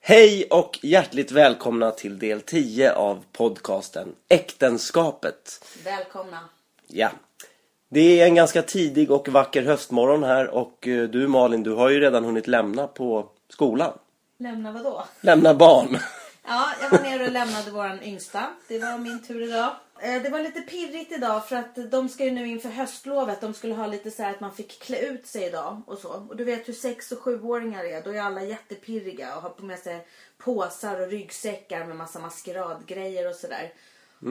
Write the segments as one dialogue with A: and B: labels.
A: Hej och hjärtligt välkomna till del 10 av podcasten Äktenskapet.
B: Välkomna.
A: Ja, det är en ganska tidig och vacker höstmorgon här och eh, du Malin, du har ju redan hunnit lämna på skolan.
B: Lämna vadå?
A: Lämna barn.
B: Ja, jag var nere och lämnade våran yngsta. Det var min tur idag. Eh, Det var lite pirrigt idag för att de ska ju nu inför höstlovet, de skulle ha lite så här att man fick klä ut sig idag och så. Och du vet hur sex och sjuåringar är, då är alla jättepirriga och har på med sig påsar och ryggsäckar med massa maskeradgrejer och sådär.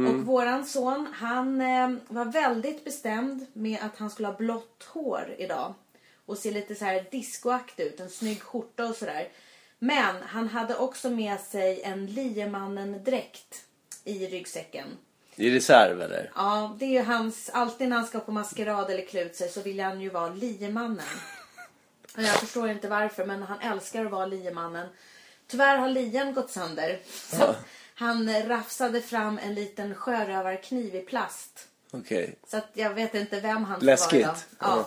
B: Och våran son, han eh, var väldigt bestämd med att han skulle ha blått hår idag. Och se lite så här discoaktig ut, en snygg skjorta och sådär. Men han hade också med sig en liemannen-dräkt i ryggsäcken.
A: I reserv eller?
B: Ja, det är ju hans... Alltid när han ska på maskerad eller klä ut sig så vill han ju vara liemannen. Och jag förstår inte varför, men han älskar att vara liemannen. Tyvärr har lien gått sönder. Så att han eh, rafsade fram en liten sjörövarkniv i plast.
A: Okej.
B: Så att jag vet inte vem han
A: Läskigt.
B: var idag. Ja.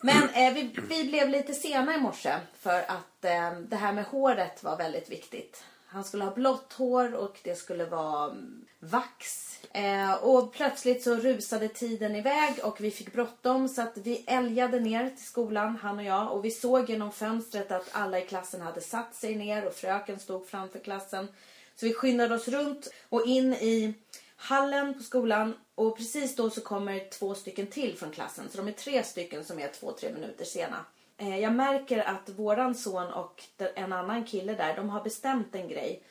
B: Men eh, vi, vi blev lite sena i morse för att eh, det här med håret var väldigt viktigt. Han skulle ha blått hår och det skulle vara mm, vax. Eh, och plötsligt så rusade tiden iväg och vi fick bråttom så att vi älgade ner till skolan, han och jag. Och vi såg genom fönstret att alla i klassen hade satt sig ner och fröken stod framför klassen. Så vi skyndade oss runt och in i hallen på skolan och precis då så kommer två stycken till från klassen. Så de är tre stycken som är två, tre minuter sena. Eh, Jag märker att våran son och den- en annan kille där, de har bestämt en grej.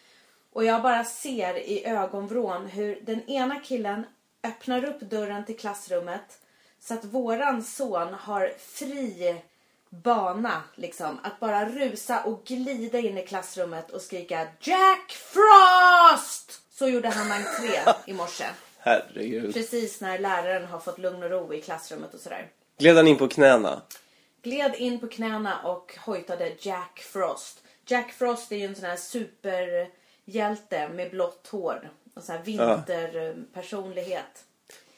B: Och jag bara ser i ögonvrån hur den ena killen öppnar upp dörren till klassrummet så att våran son har fri bana liksom. Att bara rusa och glida in i klassrummet och skrika Jack Frost! Så gjorde han entré i morse.
A: Herregud.
B: Precis när läraren har fått lugn och ro i klassrummet och sådär.
A: Gled han in på knäna?
B: Gled in på knäna och hojtade Jack Frost. Jack Frost är ju en sån här superhjälte med blått hår. Och sån här vinterpersonlighet.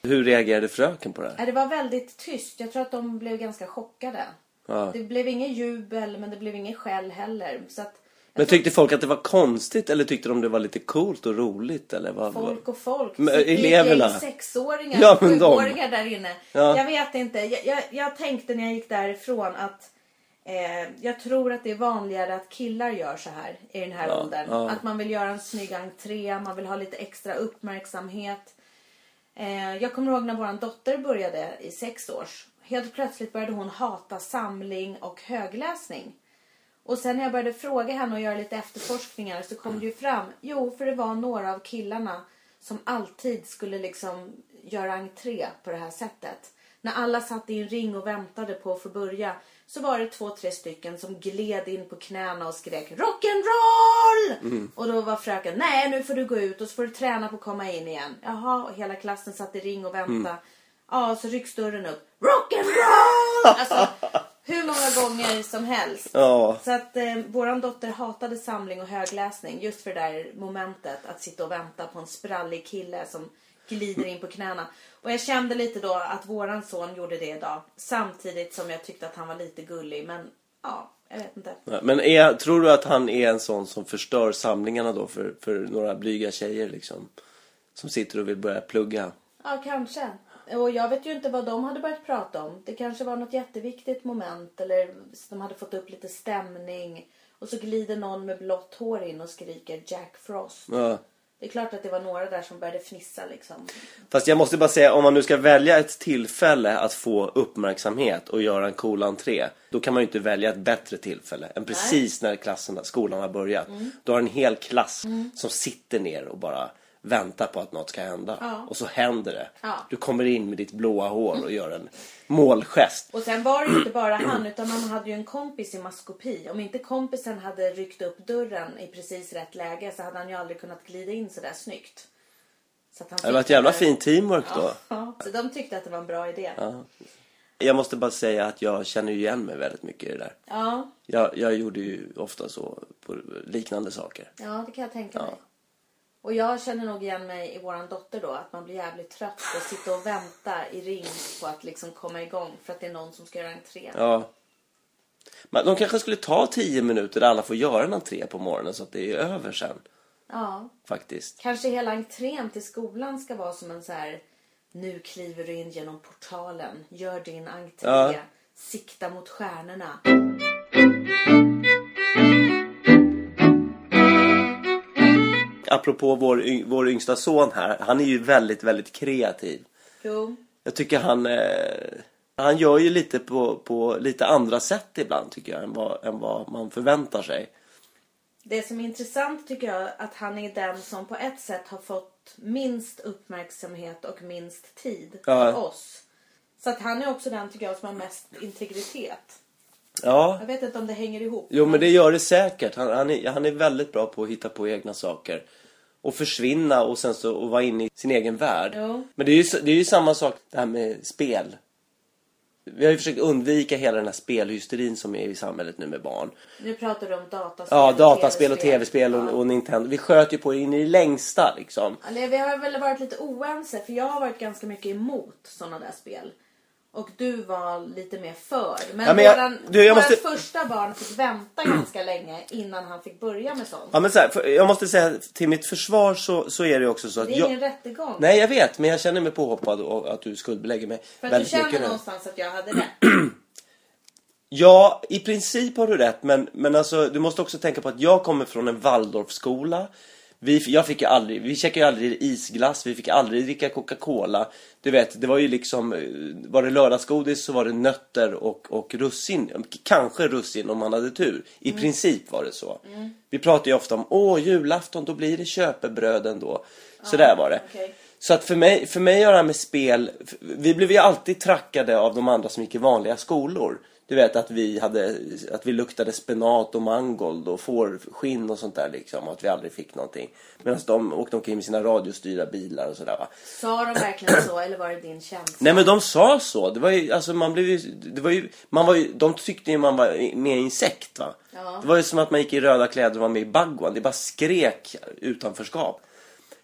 A: Hur reagerade fröken på det här?
B: Nej, Det var väldigt tyst. Jag tror att de blev ganska chockade.
A: Ja.
B: Det blev ingen jubel men det blev ingen skäll heller. Så att
A: Men tyckte folk att det var konstigt eller tyckte de det var lite coolt och roligt eller vad?
B: Folk och folk.
A: Men,
B: Så det är ett
A: eleverna?
B: gäng Sexåringar,
A: Ja,
B: ja,
A: men de.
B: sjuåringar där inne.
A: Ja.
B: Jag vet inte. Jag, jag, jag tänkte när jag gick därifrån att eh, jag tror att det är vanligare att killar gör så här i den här
A: Ja,
B: åldern.
A: ja.
B: Att man vill göra en snygg entré, man vill ha lite extra uppmärksamhet. Eh, jag kommer ihåg när vår dotter började i sex års. Helt plötsligt började hon hata samling och högläsning. Och sen när jag började fråga henne och göra lite efterforskningar så kom det ju fram. Jo, för det var några av killarna som alltid skulle liksom göra entré på det här sättet. När alla satt i en ring och väntade på att få börja så var det två, tre stycken som gled in på knäna och skrek Rock'n'roll! Och då var fröken, nej nu får du gå ut och så får du träna på att komma in igen. Jaha, och hela klassen satt i ring och väntade. Ja, så rycks dörren upp. Rock'n'roll! Alltså, hur många gånger som helst.
A: Ja.
B: Så att eh, våran dotter hatade samling och högläsning just för det där momentet att sitta och vänta på en sprallig kille som glider in på knäna. Och jag kände lite då att våran son gjorde det idag samtidigt som jag tyckte att han var lite gullig men ja, jag vet inte.
A: Nej, Men är, tror du att han är en sån som förstör samlingarna då för, för några blyga tjejer liksom? Som sitter och vill börja plugga.
B: Ja, kanske. Och jag vet ju inte vad de hade börjat prata om. Det kanske var något jätteviktigt moment eller de hade fått upp lite stämning och så glider någon med blått hår in och skriker Jack Frost.
A: Ja.
B: Det är klart att det var några där som började fnissa liksom.
A: Fast jag måste bara säga, om man nu ska välja ett tillfälle att få uppmärksamhet och göra en cool entré. Då kan man ju inte välja ett bättre tillfälle än precis när klassen, skolan har börjat.
B: Mm.
A: Då har en hel klass som sitter ner och bara väntar på att något ska hända.
B: Ja.
A: Och så händer det.
B: Ja.
A: Du kommer in med ditt blåa hår och gör en målgest.
B: Och sen var det ju inte bara han utan man hade ju en kompis i maskopi. Om inte kompisen hade ryckt upp dörren i precis rätt läge så hade han ju aldrig kunnat glida in sådär snyggt. Så att han
A: Det var
B: fick
A: ett jävla
B: där-
A: fint teamwork då.
B: Ja, så de tyckte att det var en bra idé. Ja.
A: Jag måste bara säga att jag känner ju igen mig väldigt mycket i det där.
B: Ja,
A: Jag, jag gjorde ju ofta så på liknande saker.
B: det kan jag tänka mig. Och jag känner nog igen mig i våran dotter då att man blir jävligt trött och sitta och vänta i ring på att liksom komma igång för att det är någon som ska göra entré.
A: Ja. Men de kanske skulle ta 10 minuter där alla får göra en entré på morgonen så att det är över sen.
B: Ja.
A: Faktiskt.
B: Kanske hela entrén till skolan ska vara som en så här. Nu kliver du in genom portalen. Gör din entré.
A: Ja.
B: Sikta mot stjärnorna.
A: Apropå vår, y- vår yngsta son här. Han är ju väldigt, väldigt kreativ.
B: Jo.
A: Jag tycker han... Eh, han gör ju lite på, på lite andra sätt ibland tycker jag än vad, än vad man förväntar sig.
B: Det som är intressant tycker jag att han är den som på ett sätt har fått minst uppmärksamhet och minst tid
A: Ja.
B: av oss. Så att han är också den tycker jag som har mest integritet.
A: Ja,
B: Jag vet inte om det hänger ihop.
A: jo men det gör det säkert. Han, han, är, han är väldigt bra på att hitta på egna saker. Och försvinna och sen så och vara inne i sin egen värld.
B: Jo.
A: Men det är, ju, s- det är ju samma sak det här med spel. Vi har ju försökt undvika hela den här spelhysterin som är i samhället nu med barn.
B: Nu pratar du om dataspel.
A: Ja,
B: och
A: dataspel och
B: TV-spel.
A: tv-spel och, och Nintendo. Vi sköt ju på in i det längsta liksom.
B: Eller Alltså, vi har väl varit lite oense för jag har varit ganska mycket emot sådana där spel. Och du var lite mer för. Men,
A: Ja, men jag-
B: våran,
A: du, jag
B: vårat
A: måste-
B: första barn fick vänta ganska länge innan han fick börja med sånt.
A: Ja men så här, för jag måste säga till mitt försvar så, så är det också så att
B: Det är
A: jag...
B: ingen rättegång.
A: Nej jag vet, men jag känner mig påhoppad och att du skuldbelägger mig
B: för att du känner
A: mycket nu.
B: någonstans att jag hade rätt.
A: Ja, i princip har du rätt, men, men alltså, du måste också tänka på att jag kommer från en Waldorfskola. Vi, jag fick ju aldrig, vi käkade ju aldrig isglass, vi fick aldrig dricka Coca-Cola. Du vet, det var ju liksom, eh, var det lördagsgodis så var det nötter och, och russin. Kanske russin om man hade tur. I princip var det så. Vi pratar ju ofta om, åh julafton, då blir det köpebröd ändå. Så där var det.
B: okej.
A: Så att för mig, för mig har det här med spel, f- vi blev ju alltid trackade av de andra som gick i vanliga skolor. Du vet att vi, hade, att vi luktade spenat och mangold och fårskinn och sånt där liksom. Och att vi aldrig fick någonting. Medan de åkte omkring med sina radiostyrda bilar och sådär va.
B: Sa de verkligen så eller var det din känsla?
A: Nej men de sa så. Det var ju, alltså man blev ju, det var ju, man var ju, de tyckte ju man var i- mer insekt va.
B: Ja.
A: Det var ju som att man gick i röda kläder och var med i Bagwan. Det bara skrek utanförskap.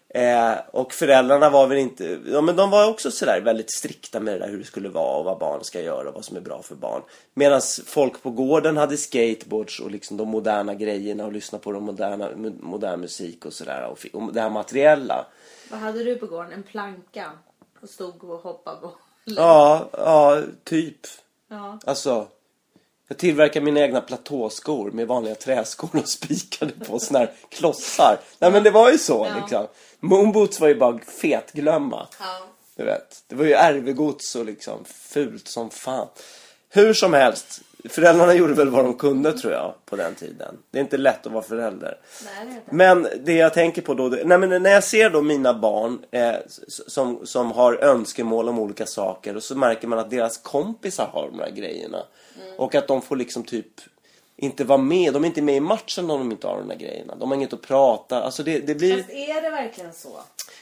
A: Eh, och föräldrarna var väl inte, ja men de var också sådär väldigt strikta med det där hur det skulle vara och vad barn ska göra och vad som är bra för barn. Medan folk på gården hade skateboards och liksom de moderna grejerna och lyssnade på de moderna, modern musik och sådär och, fi- och det här materiella.
B: Vad hade du på gården? En planka? Och stod och hoppade på?
A: Ja, ja, typ.
B: Ja.
A: Alltså, jag tillverkar mina egna platåskor med vanliga träskor och spikade på såna här klossar. Nej men det var ju så
B: Ja.
A: liksom. Moonboots var ju bara fetglömma.
B: ja.
A: Du vet, det var ju ärvegods och liksom fult som fan. Hur som helst, föräldrarna gjorde väl vad de kunde tror jag på den tiden. Det är inte lätt att vara förälder.
B: Nej, det är det.
A: Men det jag tänker på då, det- nej men när jag ser då mina barn eh, s- som, som har önskemål om olika saker och så märker man att deras kompisar har de här grejerna. Och att de får liksom typ inte vara med, de är inte med i matchen om de inte har de här grejerna. De har inget att prata, alltså det, det blir...
B: Fast är det verkligen så?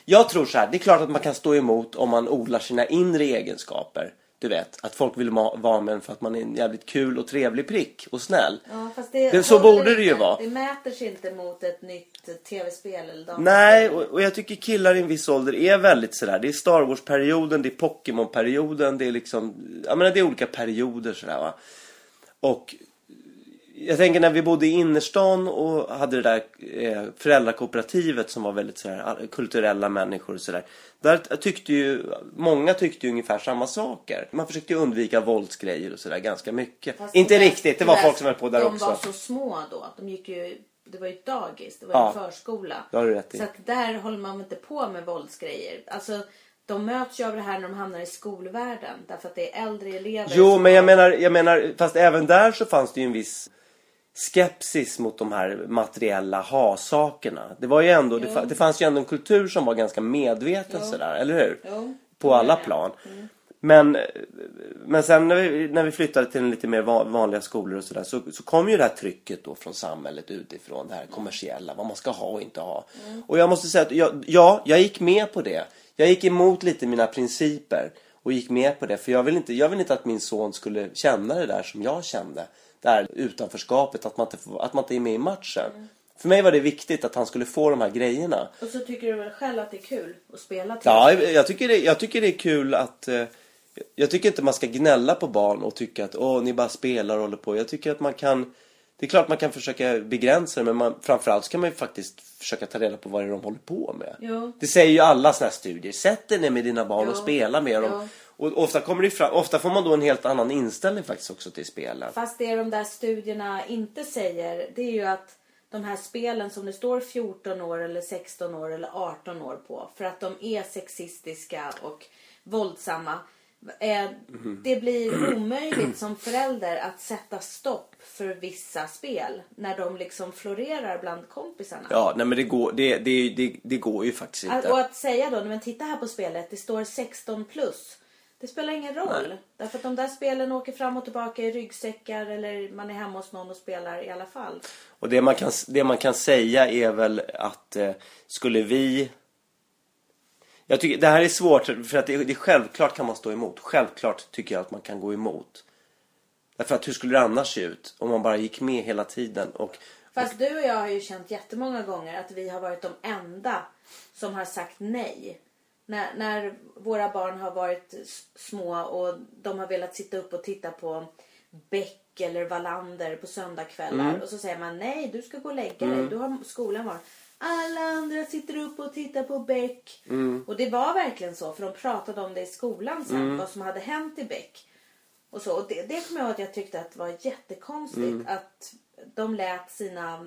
A: Jag tror så här, det är klart att man kan stå emot om man odlar sina inre egenskaper. Du vet, att folk vill ma- vara med en för att man är en jävligt kul och trevlig prick och snäll.
B: Ja, fast det,
A: Det- så
B: håller
A: borde det ju
B: inte.
A: vara.
B: Det mäter sig inte mot ett nytt tv-spel eller dator.
A: Nej, och, och jag tycker killar i en viss ålder är väldigt sådär. Det är Star Wars-perioden, det är Pokémon-perioden, det är liksom... Jag menar, det är olika perioder sådär va. Och jag tänker när vi bodde i innerstan och hade det där eh, föräldrakooperativet som var väldigt sådär all- kulturella människor och sådär. Där t- tyckte ju, många tyckte ju ungefär samma saker. Man försökte ju undvika våldsgrejer och sådär ganska mycket.
B: Fast
A: Inte
B: det där-
A: riktigt, det var
B: där-
A: folk som höll på där
B: de
A: också.
B: De var så små då. De gick ju, det var ju ett dagis, det var
A: Ja.
B: en förskola.
A: Det har du rätt i.
B: Så att där håller man väl inte på med våldsgrejer. Alltså, de möts ju av det här när de hamnar i skolvärlden. Därför att det är äldre elever.
A: Jo,
B: som
A: men jag
B: har-
A: menar, jag menar, fast även där så fanns det ju en viss skepsis mot de här materiella ha-sakerna. Det var ju ändå, det, fa- det fanns ju ändå en kultur som var ganska medveten sådär, eller hur?
B: Jo.
A: På alla plan. Men, men sen när vi, när vi flyttade till en lite mer va- vanliga skolor och sådär så, så kom ju det här trycket då från samhället utifrån. Det här kommersiella, vad man ska ha och inte ha. Och jag måste säga att jag, ja, jag gick med på det. Jag gick emot lite mina principer och gick med på det. För jag vill inte, jag vill inte att min son skulle känna det där som jag kände. Det här utanförskapet, att man inte, får- att man inte är med i matchen. För mig var det viktigt att han skulle få de här grejerna.
B: Och så tycker du väl själv att det är kul att spela till?
A: Ja, jag jag tycker det, jag tycker det är kul att eh, Jag tycker inte man ska gnälla på barn och tycka att åh, ni bara spelar och håller på. Jag tycker att man kan... Det är klart man kan försöka begränsa det men man, framförallt ska man ju faktiskt försöka ta reda på vad det är de håller på med.
B: Jo.
A: Det säger ju alla såna här studier. Sätt dig ner med dina barn och
B: Jo.
A: spela med
B: Jo.
A: dem. Och ofta, kommer det fram, ofta får man då en helt annan inställning faktiskt också till spelen.
B: Fast det de där studierna inte säger det är ju att de här spelen som det står 14 år eller 16 år eller 18 år på för att de är sexistiska och våldsamma. Eh, det blir omöjligt som förälder att sätta stopp för vissa spel när de liksom florerar bland kompisarna.
A: Ja, nej men det går, det, det, det, det går ju faktiskt
B: Att,
A: inte.
B: Äh, och att säga då, "Nej, men titta här på spelet, det står 16 plus. Det spelar ingen roll.
A: Nej.
B: Därför att de där spelen åker fram och tillbaka i ryggsäckar eller man är hemma hos någon och spelar i alla fall.
A: Och det man, kan, det man kan säga är väl att eh, skulle vi... Jag tycker, det här är svårt för att det, det självklart kan man stå emot. Självklart tycker jag att man kan gå emot. Därför att hur skulle det annars se ut om man bara gick med hela tiden? Och,
B: Fast du och jag har ju känt jättemånga gånger att vi har varit de enda som har sagt nej. När, när våra barn har varit s- små och de har velat sitta upp och titta på Beck eller Wallander på söndagskvällar. Och så säger man nej, du ska gå och lägga dig. Du har skolan imorgon. Alla andra sitter upp och tittar på Beck. Och det var verkligen så, för de pratade om det i skolan sen, vad som hade hänt i Beck. Och, så. och det, det kommer jag ihåg att jag tyckte att var jättekonstigt att de lät sina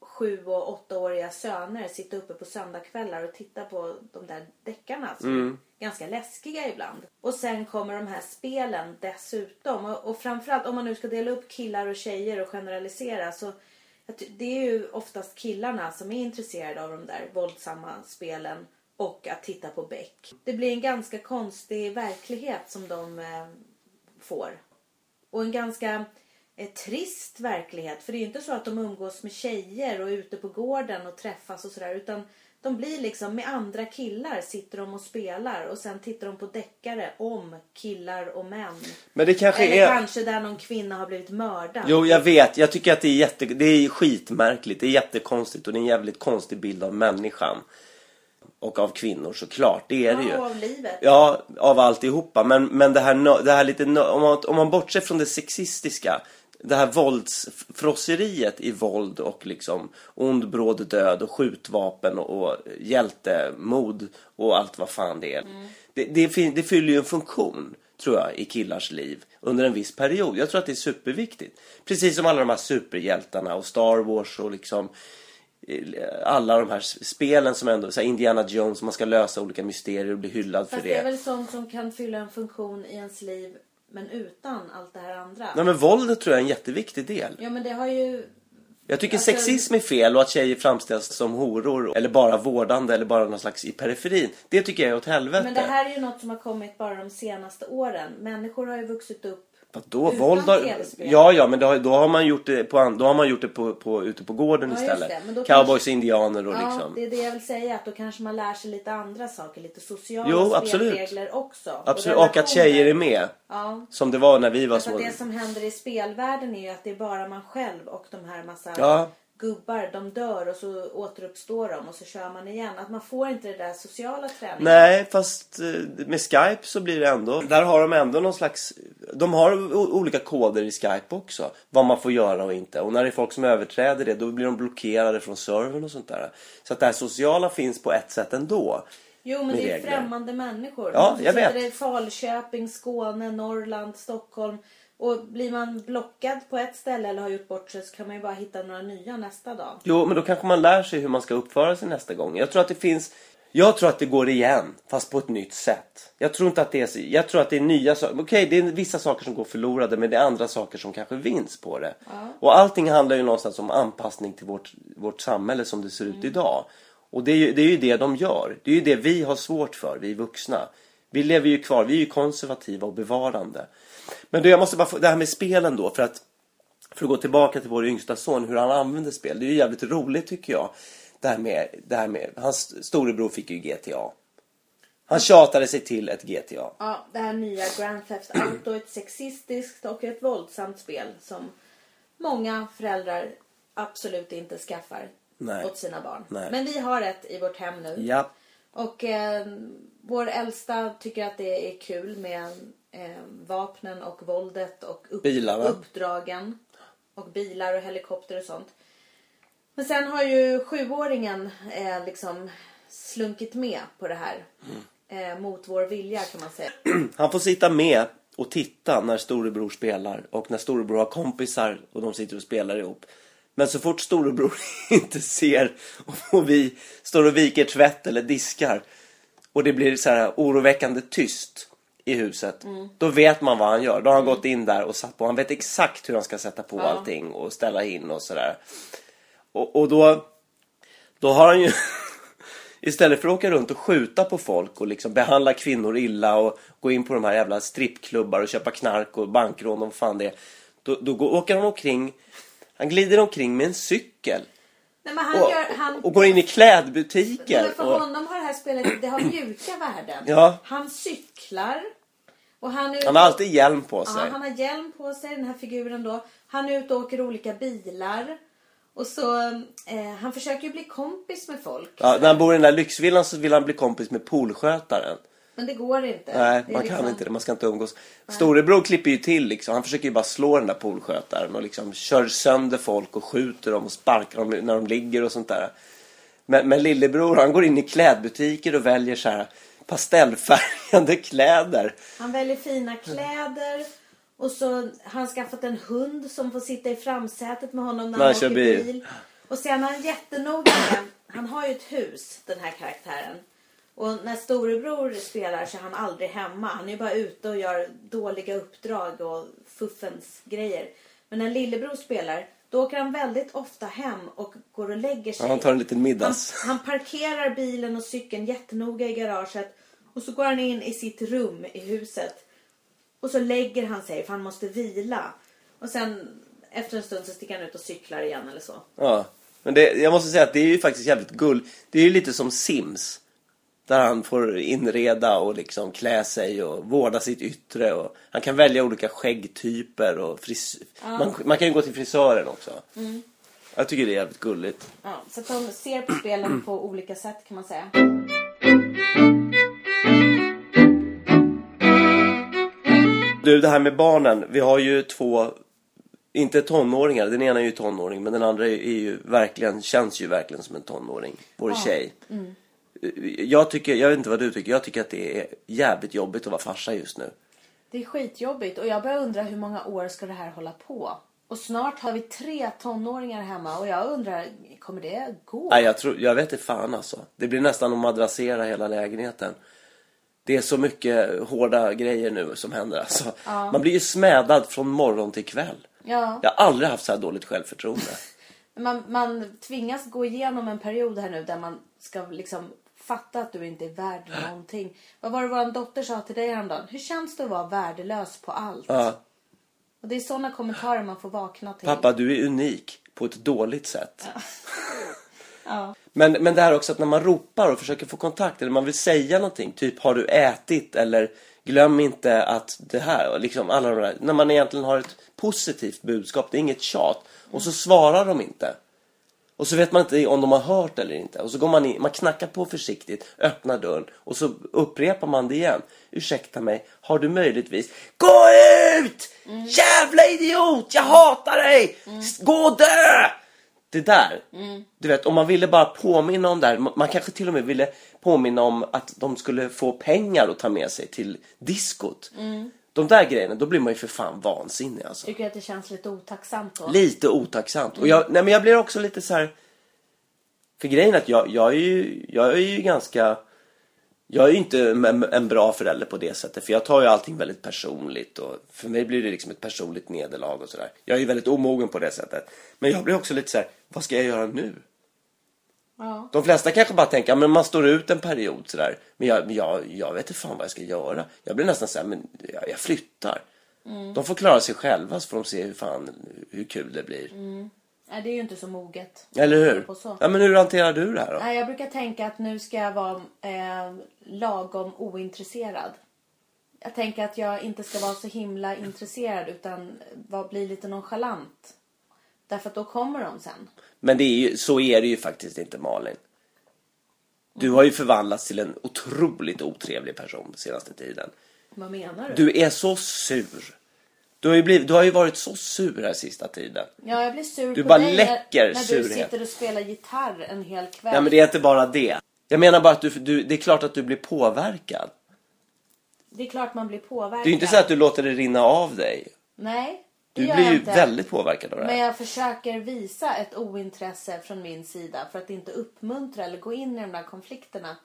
B: sju och åttaåriga söner sitta uppe på söndagskvällar och titta på de där deckarna som är ganska läskiga ibland. Och sen kommer de här spelen dessutom. Och, och framförallt om man nu ska dela upp killar och tjejer och generalisera så jag ty- det är ju oftast killarna som är intresserade av de där våldsamma spelen och att titta på Beck. Det blir en ganska konstig verklighet som de eh, får. Och en ganska eh, trist verklighet. För det är ju inte så att de umgås med tjejer och är ute på gården och träffas och sådär. Utan de blir liksom med andra killar sitter de och spelar och sen tittar de på deckare om killar och män.
A: men det kanske
B: Eller
A: är...
B: kanske där någon kvinna har blivit mördad.
A: Jo, jag vet. Jag tycker att det är, jätte, det är skitmärkligt. Det är jättekonstigt och det är en jävligt konstig bild av människan. Och av kvinnor såklart, det är det ju.
B: Ja, och av livet.
A: Ja, av alltihopa. Men, men det här, nö- det här lite, nö- om, man, om man bortser från det sexistiska. Det här våldsfrosseriet i våld och liksom ond, bråd död och skjutvapen och, och hjältemod och allt vad fan det är. Det, det, fin- det fyller ju en funktion, tror jag, i killars liv under en viss period. Jag tror att det är superviktigt. Precis som alla de här superhjältarna och Star Wars och liksom alla de här s- spelen som ändå, så här Indiana Jones, man ska lösa olika mysterier och bli hyllad
B: Fast
A: för
B: det är
A: det.
B: väl sånt som kan fylla en funktion i ens liv men utan allt det här andra.
A: Nej men våldet tror jag är en jätteviktig del.
B: Ja men det har ju...
A: Jag tycker
B: Alltså-
A: sexism är fel och att tjejer framställs som horor eller bara vårdande eller bara någon slags i periferin. Det tycker jag är åt helvete.
B: Men det här är ju något som har kommit bara de senaste åren. Människor har ju vuxit upp
A: Vadå?
B: Utan
A: Våld har...
B: tv-spel.
A: Ja, ja, men det har, då har man gjort det, på, an- då har man gjort det på, på, ute på gården
B: Ja, just
A: istället.
B: det, men då
A: Cowboys,
B: kanske-
A: indianer och
B: Ja,
A: liksom.
B: det är det jag vill säga. Att då kanske man lär sig lite andra saker. Lite sociala
A: Jo, absolut.
B: spelregler också.
A: Absolut. Och att tjejer är med.
B: Ja.
A: Som det var när vi var
B: För
A: små.
B: att Alltså, det som händer i spelvärlden är ju att det är bara man själv och de här massa
A: Ja.
B: gubbar. De dör och så återuppstår de och så kör man igen. Att man får inte det där liksom. sociala träningen.
A: Nej, fast eh, med Skype så blir det ändå... Där har de ändå någon slags... De har o- olika koder i Skype också. Vad man får göra och inte. Och när det är folk som överträder det, då blir de blockerade från servern och sånt där. Så att det här sociala finns på ett sätt ändå.
B: Jo men
A: med
B: det är
A: regler.
B: främmande människor.
A: Ja,
B: Man
A: jag
B: sitter
A: vet.
B: i Falköping, Skåne, Norrland, Stockholm. Och blir man blockad på ett ställe eller har gjort bort sig så kan man ju bara hitta några nya nästa dag.
A: Jo, men då kanske man lär sig hur man ska uppföra sig nästa gång. Jag tror att det finns... Jag tror att det går igen, fast på ett nytt sätt. Jag tror inte att det är... så- Jag tror att det är nya saker. Okej, det är vissa saker som går förlorade, men det är andra saker som kanske vinns på det. Och allting handlar ju någonstans om anpassning till vårt, vårt samhälle som det ser ut idag. Och det är, ju, det är ju det de gör. Det är ju det vi har svårt för, vi vuxna. Vi lever ju kvar, vi är ju konservativa och bevarande. Men du, jag måste bara få... Det här med spelen då, för att... För att gå tillbaka till vår yngsta son, hur han använder spel. Det är ju jävligt roligt tycker jag. Det här med, det här med hans storebror fick ju GTA. Han tjatade sig till ett GTA.
B: Ja, det här nya Grand Theft Auto är ett sexistiskt och ett våldsamt spel som många föräldrar absolut inte skaffar
A: Nej.
B: åt sina barn.
A: Nej.
B: Men vi har ett i vårt hem nu.
A: Ja.
B: Och eh, Vår äldsta tycker att det är kul med eh, vapnen och våldet och upp,
A: Bilarna.
B: uppdragen. Och bilar och helikopter och sånt. Men sen har ju sjuåringen eh, liksom slunkit med på det här.
A: Mm.
B: Eh, mot vår vilja kan man säga.
A: Han får sitta med och titta när storebror spelar och när storebror har kompisar och de sitter och spelar ihop. Men så fort storebror inte ser och vi står och viker tvätt eller diskar och det blir så här oroväckande tyst i huset. Då vet man vad han gör. Då har han gått in där och satt på. Han vet exakt hur han ska sätta på allting och ställa in och sådär. Och, och då, då har han ju Istället för att åka runt och skjuta på folk och liksom behandla kvinnor illa och gå in på de här jävla strippklubbar och köpa knark och bankrån och vad fan det är. Då, då går, åker han omkring, han glider omkring med en cykel.
B: Nej, men han
A: Och,
B: gör, han,
A: och går in i klädbutiker.
B: Men för
A: och,
B: honom har det här spelet det har mjuka värden.
A: Ja.
B: Han cyklar. Och han, är
A: han har alltid hjälm på sig.
B: ja, han har hjälm på sig, den här figuren då. Han är ute och åker olika bilar. Och så, eh, han försöker ju bli kompis med folk.
A: Ja, när han bor i den där lyxvillan så vill han bli kompis med poolskötaren.
B: Men det går inte.
A: Nej,
B: Det är
A: man kan
B: liksom-
A: inte det. Man ska inte umgås. Storebror klipper ju till liksom. Han försöker ju bara slå den där poolskötaren och liksom kör sönder folk och skjuter dem och sparkar dem när de ligger och sånt där. Men, men lillebror han går in i klädbutiker och väljer så här pastellfärgade kläder.
B: Han väljer fina kläder. Och så har han skaffat en hund som får sitta i framsätet med honom när han, åker
A: kör
B: bil.
A: bil.
B: Och sen är han jättenoga med, han har ju ett hus den här karaktären. Och när storebror spelar så är han aldrig hemma. Han är ju bara ute och gör dåliga uppdrag och fuffens grejer. Men när lillebror spelar då åker han väldigt ofta hem och går och lägger sig.
A: Ja, han tar en liten middags.
B: Han, han parkerar bilen och cykeln jättenoga i garaget och så går han in i sitt rum i huset. Och så lägger han sig för han måste vila. Och sen efter en stund så sticker han ut och cyklar igen eller så.
A: Ja. Men det, jag måste säga att det är ju faktiskt jävligt gull. Det är ju lite som Sims. Där han får inreda och liksom klä sig och vårda sitt yttre. Och han kan välja olika skäggtyper och fris... man, man kan ju gå till frisören också. Jag tycker det är jävligt gulligt.
B: Ja, så att de ser på spelen på olika sätt kan man säga.
A: Du, det här med barnen. Vi har ju två, inte tonåringar. Den ena är ju tonåring men den andra är ju verkligen, känns ju verkligen som en tonåring. Vår tjej. Jag tycker, jag vet inte vad du tycker, jag tycker att det är jävligt jobbigt att vara farsa just nu.
B: Det är skitjobbigt och jag börjar undra hur många år ska det här hålla på? Och snart har vi tre tonåringar hemma och jag undrar, kommer det gå?
A: Nej, jag, tror, jag vet inte fan alltså. Det blir nästan att madrassera hela lägenheten. Det är så mycket hårda grejer nu som händer alltså. Man blir ju smädad från morgon till kväll.
B: Ja.
A: Jag har aldrig haft så här dåligt självförtroende.
B: Man, man tvingas gå igenom en period här nu där man ska liksom fatta att du inte är värd någonting. Vad var det vår dotter sa till dig häromdagen? Hur känns det att vara värdelös på allt?
A: Ja.
B: Och det är sådana kommentarer man får vakna till.
A: Pappa, du är unik på ett dåligt sätt.
B: Ja.
A: Men, men det här också att när man ropar och försöker få kontakt eller man vill säga någonting, typ har du ätit eller glöm inte att det här och liksom alla de där, när man egentligen har ett positivt budskap, det är inget tjat och så svarar de inte. Och så vet man inte om de har hört eller inte och så går man in, man knackar på försiktigt, öppnar dörren och så upprepar man det igen. Ursäkta mig, har du möjligtvis GÅ UT! Jävla idiot! Jag hatar dig! S- Gå och dö! det där. Du vet, om man ville bara påminna om det här. Man man kanske till och med ville påminna om att de skulle få pengar att ta med sig till diskot. De där grejerna, då blir man ju för fan vansinnig alltså.
B: Tycker att det känns lite otacksamt då?
A: Lite otacksamt. Och jag, nej, men jag blir också lite så här. För grejen är att jag, jag, är, ju, jag är ju ganska... Jag är ju inte en, en bra förälder på det sättet. För jag tar ju allting väldigt personligt. Och för mig blir det liksom ett personligt nederlag och sådär. Jag är ju väldigt omogen på det sättet. Men jag blir också lite så här. vad ska jag göra nu?
B: Ja.
A: De flesta kanske bara tänker, "Ja, men man står ut en period sådär. Men jag, men jag, jag vet inte fan vad jag ska göra. Jag blir nästan såhär, men jag, jag flyttar. De får klara sig själva så får de se hur fan, hur kul det blir.
B: Nej, det är ju inte så moget.
A: Eller hur?
B: Och så.
A: Ja, men hur hanterar du det här då?
B: Nej, jag brukar tänka att nu ska jag vara eh, lagom ointresserad. Jag tänker att jag inte ska vara så himla intresserad utan var, bli lite nonchalant. Därför att då kommer de sen.
A: Men det är ju, så är det ju faktiskt inte Malin. Du har ju förvandlats till en otroligt otrevlig person senaste tiden.
B: Vad menar du?
A: Du är så sur. Du har ju, blivit, du har ju varit så sur här sista tiden.
B: Ja, jag blir sur
A: Du
B: på
A: bara
B: dig
A: läcker
B: när, när du
A: surhet.
B: sitter och spelar gitarr en hel kväll.
A: Nej men det är inte bara det. Jag menar bara att du, du, det är klart att du blir påverkad.
B: Det är klart man blir påverkad.
A: Det är ju inte så att du låter det rinna av dig.
B: Nej, det
A: Du
B: gör
A: blir
B: jag
A: ju
B: inte.
A: väldigt påverkad av det
B: Men
A: här.
B: jag försöker visa ett ointresse från min sida för att inte uppmuntra eller gå in i de där konflikterna.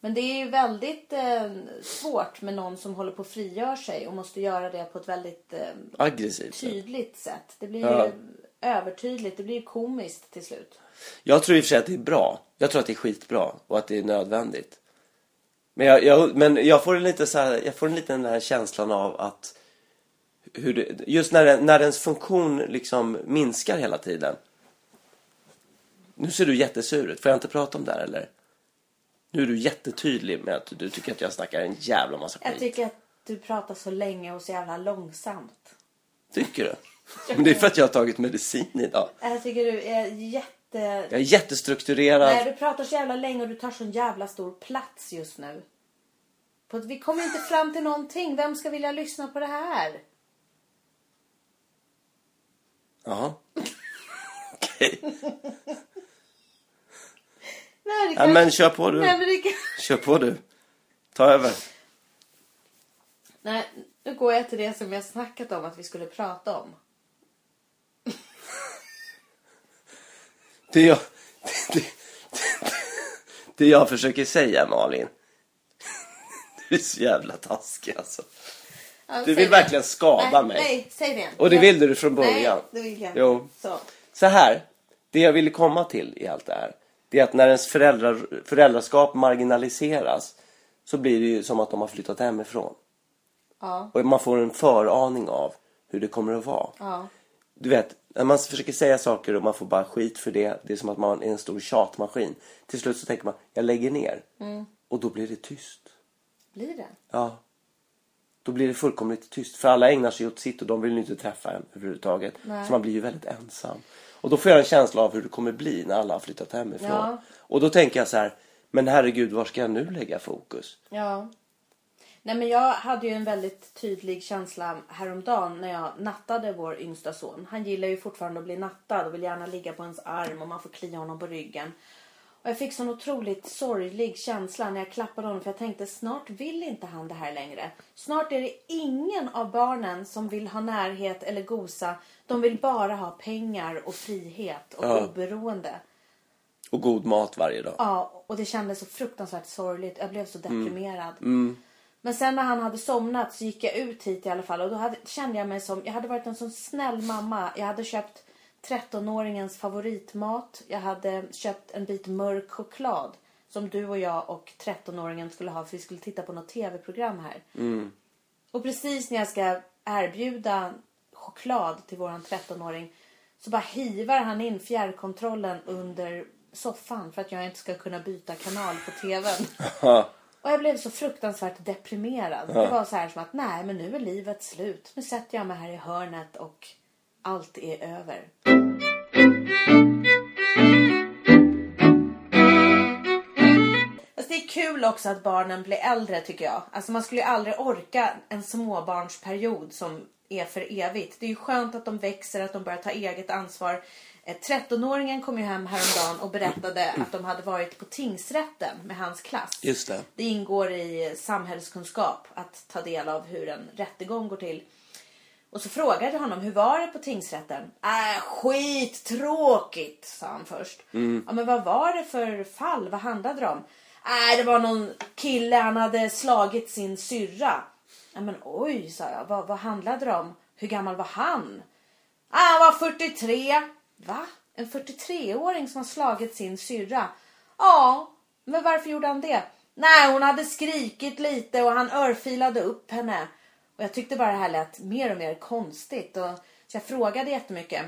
B: Men det är ju väldigt eh, svårt med någon som håller på att frigör sig och måste göra det på ett väldigt eh,
A: Aggressivt.
B: tydligt sätt. Det blir
A: Ja.
B: ju övertydligt, det blir ju komiskt till slut.
A: Jag tror i och för sig att det är bra. Jag tror att det är skitbra och att det är nödvändigt. Men jag, jag, men jag får en lite så här, jag får en liten den här känslan av att hur det, just när, den- när ens funktion liksom minskar hela tiden. Nu ser du jättesur ut. Får jag inte prata om det här eller? Nu är du jättetydlig med att du tycker att jag snackar en jävla massa
B: Jag
A: skit.
B: tycker att du pratar så länge och så jävla långsamt.
A: Tycker du? Men det är för att jag har tagit medicin idag.
B: Jag tycker du är jätte...
A: Jag är jättestrukturerad.
B: Nej, du pratar så jävla länge och du tar sån jävla stor plats just nu. På att vi kommer inte fram till någonting. Vem ska vilja lyssna på det här?
A: Jaha. Okej.
B: Nej, det
A: Ja,
B: kan...
A: men kör på du.
B: Nej, men det kan...
A: Kör på du. Ta över.
B: Nej, nu går jag till det som jag snackat om att vi skulle prata om.
A: Det jag, det, det, det jag försöker säga Malin. Du är så jävla taskig alltså.
B: Ja,
A: Du
B: säg
A: vill
B: det.
A: verkligen skada
B: nej,
A: mig.
B: Nej, säg det igen.
A: Och det
B: Jag-
A: vill du från början.
B: Nej, det vill jag
A: Jo.
B: inte. Så.
A: Så här, det jag ville komma till i allt det här. Det är att när ens föräldrar, föräldraskap marginaliseras så blir det ju som att de har flyttat hemifrån.
B: Ja,
A: Och man får en föraning av hur det kommer att vara.
B: ja.
A: Du vet, när man försöker säga saker och man får bara skit för det. Det är som att man är en stor tjatmaskin. Till slut så tänker man, jag lägger ner.
B: Mm.
A: Och då blir det tyst.
B: Blir det?
A: Ja. Då blir det fullkomligt tyst. För alla ägnar sig åt sitt och de vill ju inte träffa en överhuvudtaget.
B: Nej.
A: Så man blir ju väldigt ensam. Och då får jag en känsla av hur det kommer bli när alla har flyttat hemifrån.
B: Ja.
A: Och då tänker jag så här, men herregud, var ska jag nu lägga fokus?
B: Ja. Nej, men jag hade ju en väldigt tydlig känsla häromdagen när jag nattade vår yngsta son. Han gillar ju fortfarande att bli nattad och vill gärna ligga på ens arm och man får klia honom på ryggen. Och jag fick sån otroligt sorglig känsla när jag klappade honom för jag tänkte snart vill inte han det här längre. Snart är det ingen av barnen som vill ha närhet eller gosa. De vill bara ha pengar och frihet och
A: Ja.
B: oberoende.
A: Och god mat varje dag.
B: Ja, och det kändes så fruktansvärt sorgligt. Jag blev så deprimerad. Men sen när han hade somnat så gick jag ut hit i alla fall och då hade, kände jag mig som, jag hade varit en sån snäll mamma. Jag hade köpt 13-åringens favoritmat. Jag hade köpt en bit mörk choklad som du och jag och 13-åringen skulle ha för vi skulle titta på något tv-program här. Och precis när jag ska erbjuda choklad till våran 13-åring så bara hivar han in fjärrkontrollen under soffan för att jag inte ska kunna byta kanal på tvn. Och jag blev så fruktansvärt deprimerad. Det var så här som att nej, men nu är livet slut. Nu sätter jag mig här i hörnet och allt är över. Fast det är kul också att barnen blir äldre tycker jag. Alltså man skulle ju aldrig orka en småbarnsperiod som är för evigt. Det är ju skönt att de växer, att de börjar ta eget ansvar. Eh, 13-åringen kom ju hem häromdagen och berättade att de hade varit på tingsrätten med hans klass.
A: Just det.
B: Det ingår i samhällskunskap att ta del av hur en rättegång går till. Och så frågade jag honom, hur var det på tingsrätten? Äh, skittråkigt, sa han först. Ja, men vad var det för fall? Vad handlade det om? Äh, det var någon kille, han hade slagit sin syrra. Ja, men oj, sa jag. Vad, vad handlade det om? Hur gammal var han? Ah, han var 43. Va? En 43-åring som har slagit sin syrra? Ja, men varför gjorde han det? Nej, hon hade skrikit lite och han örfilade upp henne. Och jag tyckte bara det här lät mer och mer konstigt. Och så jag frågade jättemycket.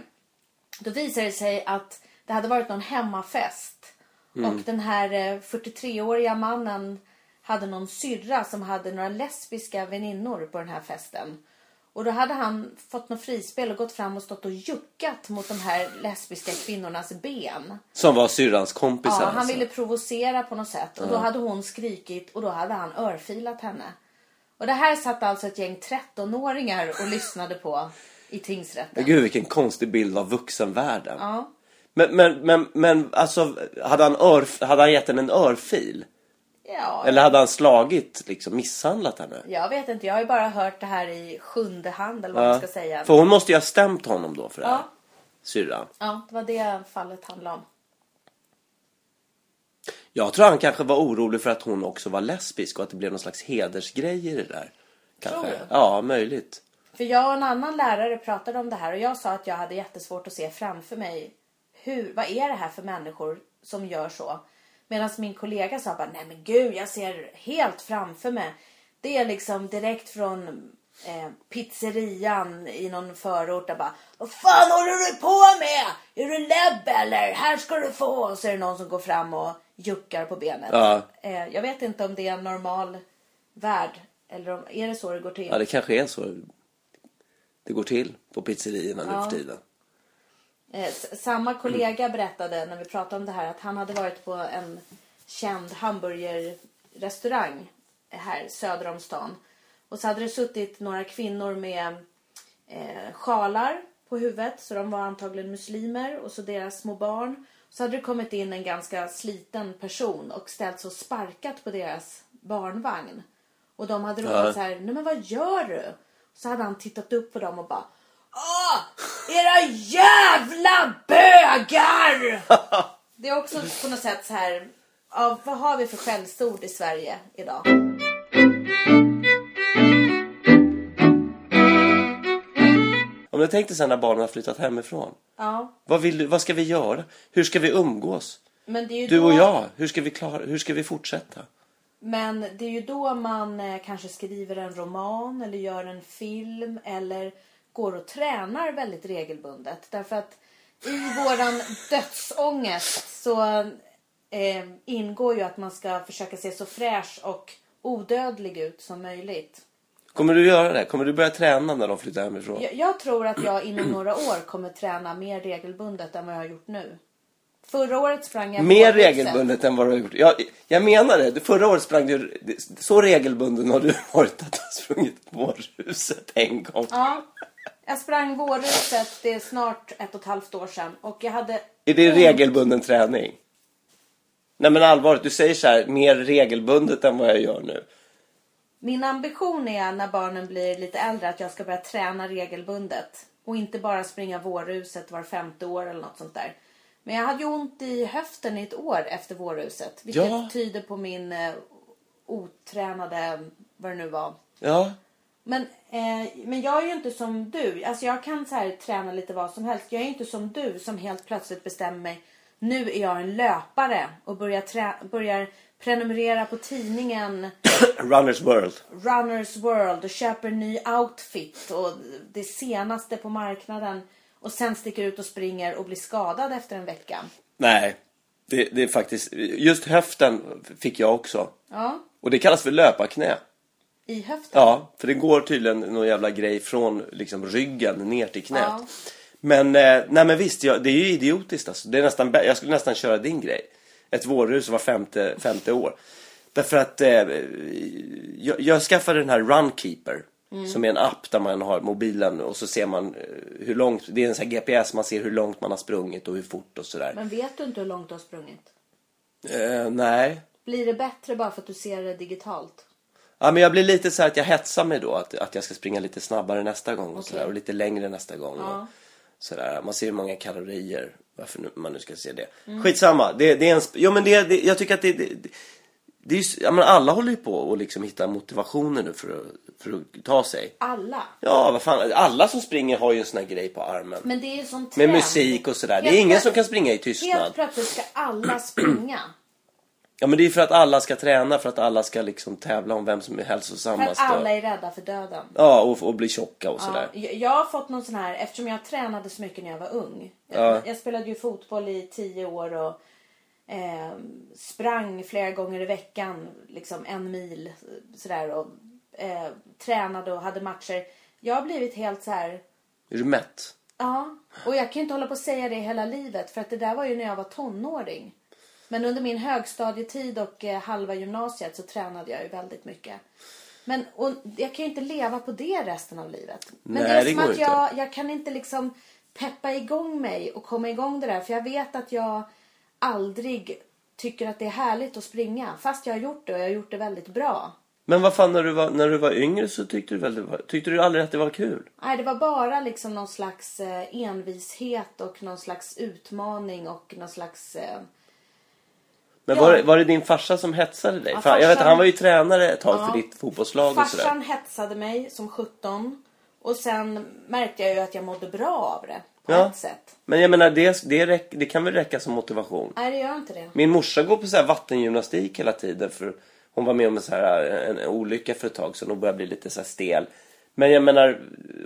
B: Då visade det sig att det hade varit någon hemmafest. Och den här eh, 43-åriga mannen hade någon syrra som hade några lesbiska väninnor på den här festen. Och då hade han fått något frispel och gått fram och stått och juckat mot de här lesbiska kvinnornas ben.
A: Som var syrrans kompisar.
B: Ja, han
A: alltså.
B: ville provocera på något sätt. Och då hade hon skrikit och då hade han örfilat henne. Och det här satt alltså ett gäng 13-åringar och lyssnade på i tingsrätten.
A: Men gud vilken konstig bild av vuxenvärlden.
B: Ja.
A: Men, men, men, men alltså, hade han, örf- hade han gett henne en örfil?
B: Ja,
A: Eller hade han slagit, liksom misshandlat henne?
B: jag vet inte. Jag har ju bara hört det här i sjunde hand eller vad man ska säga.
A: För hon måste ju ha stämt honom då för det här.
B: Ja,
A: Syrran.
B: ja, det var det fallet handlade om.
A: Jag tror han kanske var orolig för att hon också var lesbisk och att det blev någon slags hedersgrej i det där. Kanske.
B: Tror du?
A: Ja, möjligt.
B: För jag och en annan lärare pratade om det här och jag sa att jag hade jättesvårt att se framför mig hur, vad är det här för människor som gör så? Medan min kollega sa bara, nej men gud jag ser helt framför mig. Det är liksom direkt från eh, pizzerian i någon förort där bara, vad fan håller du på med? Är du lebb eller? Här ska du få! Och så är det någon som går fram och juckar på benet.
A: Ja.
B: Eh, jag vet inte om det är en normal värld. Eller om, är det så det går till?
A: Ja, det kanske är så det går till på pizzerierna nu för tiden.
B: Eh, s- samma kollega berättade när vi pratade om det här att han hade varit på en känd hamburgerrestaurang här söder om stan. Och så hade det suttit några kvinnor med eh, sjalar på huvudet så de var antagligen muslimer och så deras små barn. Så hade det kommit in en ganska sliten person och ställt sig och sparkat på deras barnvagn. Och de hade ropat
A: Ja.
B: så här, nej men vad gör du? Så hade han tittat upp på dem och bara, Åh, era jävla bögar! Det är också på något sätt så här, ja, vad har vi för skällsord i Sverige idag?
A: Om jag tänkte sen när barnen har flyttat hemifrån.
B: Ja,
A: Vad, vill du, vad ska vi göra? Hur ska vi umgås?
B: men det är ju
A: Du
B: då,
A: och jag, hur ska vi, klara, hur ska vi fortsätta?
B: Men det är ju då man eh, kanske skriver en roman eller gör en film eller går och tränar väldigt regelbundet. Därför att i våran dödsångest så eh, ingår ju att man ska försöka se så fräsch och odödlig ut som möjligt.
A: Kommer du göra det? Kommer du börja träna när de flyttar hemifrån?
B: Jag, jag tror att jag inom några år kommer träna mer regelbundet än vad jag har gjort nu. Förra året sprang jag
A: Mer
B: vårdhuset.
A: regelbundet än vad du har gjort. Jag, jag menar det. Du- Förra året sprang du... Så regelbunden har du varit att du har sprungit på huset en gång.
B: Ja. Jag sprang vårruset, det är snart ett och ett halvt år sedan. Och jag hade...
A: Är det regelbunden träning? Nej men allvarligt, du säger så här, mer regelbundet än vad jag gör nu.
B: Min ambition är när barnen blir lite äldre att jag ska börja träna regelbundet. Och inte bara springa vårruset var femte år eller något sånt där. Men jag hade ju ont i höften i ett år efter vårruset. Vilket
A: Ja.
B: tyder på min eh, otränade, vad det nu var,
A: Ja,
B: Men, eh, men jag är ju inte som du. Alltså jag kan så här träna lite vad som helst. Jag är inte som du som helt plötsligt bestämmer mig. Nu är jag en löpare och börjar, trä- börjar prenumerera på tidningen
A: Runners World.
B: Runners World och köper ny outfit och det senaste på marknaden. Och sen sticker ut och springer och blir skadad efter en vecka.
A: Nej, det, det är faktiskt... Just höften fick jag också.
B: Ja,
A: Och det kallas för löparknä.
B: i höften.
A: Ja, för det går tydligen någon jävla grej från liksom, ryggen ner till knät.
B: Ja.
A: Men, eh, nej men visst, jag, det är ju idiotiskt alltså. det är nästan, bä- Jag skulle nästan köra din grej. Ett vårhus var femte, femte år. Därför att eh, jag, jag skaffade den här Runkeeper. Som är en app där man har mobilen och så ser man eh, hur långt, det är en sån här GPS, man ser hur långt man har sprungit och hur fort och sådär.
B: Men vet du inte hur långt du har sprungit?
A: Eh, nej,
B: Blir det bättre bara för att du ser det digitalt?
A: Ja, men jag blir lite så här att jag hetsar mig då att, att jag ska springa lite snabbare nästa gång och,
B: Okej.
A: så där, och lite längre nästa gång.
B: Ja.
A: Och så där. Man ser hur många kalorier, varför nu, man nu ska se det.
B: Mm.
A: Skitsamma, det, det är en... sp- Jo, men det, det, jag tycker att det... det det- det är ju, s- ja, men alla håller ju på och liksom hitta motivationer nu för att, för att ta sig.
B: Alla.
A: Ja, vad fan. Alla som springer har ju en sån här grej på armen.
B: Men det är ju som
A: Med
B: trend.
A: musik och sådär. Det är
B: Helt
A: ingen
B: plöts-
A: som kan springa i tystnad.
B: Helt plötsligt ska alla springa.
A: Ja, men det är för att alla ska träna, för att alla ska liksom tävla om vem som är
B: För att
A: hälsosammast. och-
B: alla är rädda för döden.
A: Ja, och, och bli tjocka och sådär.
B: Ja, jag jag har fått någon sån här, eftersom jag tränade så mycket när jag var ung.
A: Ja.
B: Jag spelade ju fotboll i tio år och eh, sprang flera gånger i veckan, liksom en mil eh, sådär och eh, tränade och hade matcher. Jag har blivit helt så här...
A: Är du mätt?
B: Ja, och jag kan ju inte hålla på och säga det hela livet för att det där var ju när jag var tonåring. Men under min högstadietid och eh, halva gymnasiet så tränade jag ju väldigt mycket. Men och jag kan ju inte leva på det resten av livet.
A: Nej,
B: Men det är
A: det
B: som
A: går
B: att
A: inte.
B: jag, jag kan inte liksom peppa igång mig och komma igång det där. För jag vet att jag aldrig tycker att det är härligt att springa. Fast jag har gjort det och jag har gjort det väldigt bra.
A: Men vad fan när du var, när du var yngre så tyckte du väl det var, tyckte du aldrig att det var kul?
B: Nej, det var bara liksom någon slags eh, envishet och någon slags utmaning och någon slags... Eh,
A: Men
B: Ja.
A: var, det- var det din farsa som hetsade dig?
B: Ja,
A: Fan, jag vet
B: farsan-
A: han var ju tränare ett tag
B: Ja.
A: för ditt fotbollslag och sådär.
B: Farsan hetsade mig som 17 och sen märkte jag ju att jag mådde bra av det på
A: Ja.
B: ett sätt.
A: Men jag menar det, det, räck, det kan väl räcka som motivation?
B: Nej, det gör inte det.
A: Min morsa går på så här vattengymnastik hela tiden för hon var med om en, så här, en en olycka för ett tag sedan och började bli lite så här stel. Men jag menar,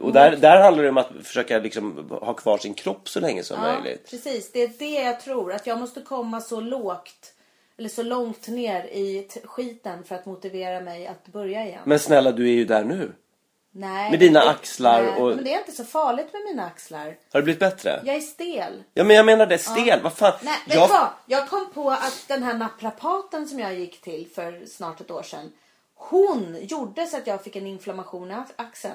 A: och
B: Mm.
A: där, där handlar det om att försöka liksom ha kvar sin kropp så länge som
B: Ja,
A: möjligt.
B: precis. Det är det jag tror. Att jag måste komma så lågt eller så långt ner i t- skiten för att motivera mig att börja igen.
A: Men snälla, du är ju där nu.
B: nej,
A: med dina
B: det-
A: axlar
B: nej,
A: och-
B: Men det är inte så farligt med mina axlar.
A: Har det blivit bättre?
B: Jag är stel.
A: Ja, men jag menar det, stel, vad fan.
B: Nej, vet
A: jag,
B: du vad? Jag kom på att den här naprapaten som jag gick till för snart ett år sedan. Hon gjorde så att jag fick en inflammation i axeln.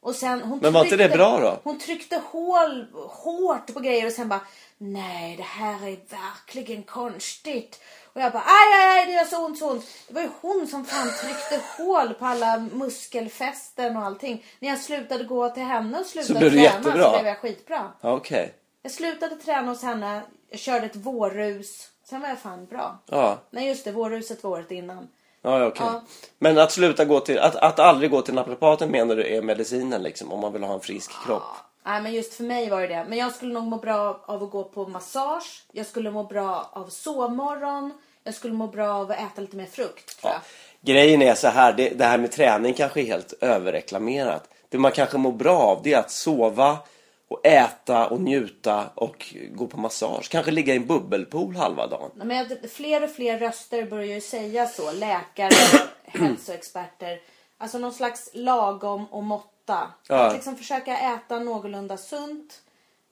B: Och sen, hon
A: Men var inte det bra då?
B: Hon tryckte hål, hårt på grejer och sen bara Nej, det här är verkligen konstigt. Och jag bara aj, aj, aj, det gör så ont, så ont. Det var ju hon som fan tryckte hål på alla muskelfästen och allting. När jag slutade gå till henne och slutade
A: blev du
B: träna
A: jättebra.
B: så blev jag skitbra.
A: Ja, okej.
B: Jag slutade träna hos henne, jag körde ett vårrus. Sen var jag fan bra.
A: Ja,
B: Nej just det, vårruset var året innan.
A: ja, ja, okej.
B: Ja.
A: Men att sluta gå till, att, att aldrig gå till naprapaten menar du är medicinen liksom, om man vill ha en frisk kropp?
B: Nej men just för mig var det det. Men jag skulle nog må bra av att gå på massage. Jag skulle må bra av sovmorgon. Jag skulle må bra av att äta lite mer frukt tror jag.
A: Grejen är så här, det, det här med träning kanske är helt överreklamerat. Det man kanske mår bra av det är att sova och äta och njuta och gå på massage. Kanske ligga i en bubbelpool halva dagen.
B: Nej, Men jag- fler och fler röster börjar ju säga så. Läkare, hälsoexperter. Alltså någon slags lagom och måtta.
A: Ja.
B: Att liksom försöka äta någorlunda sunt.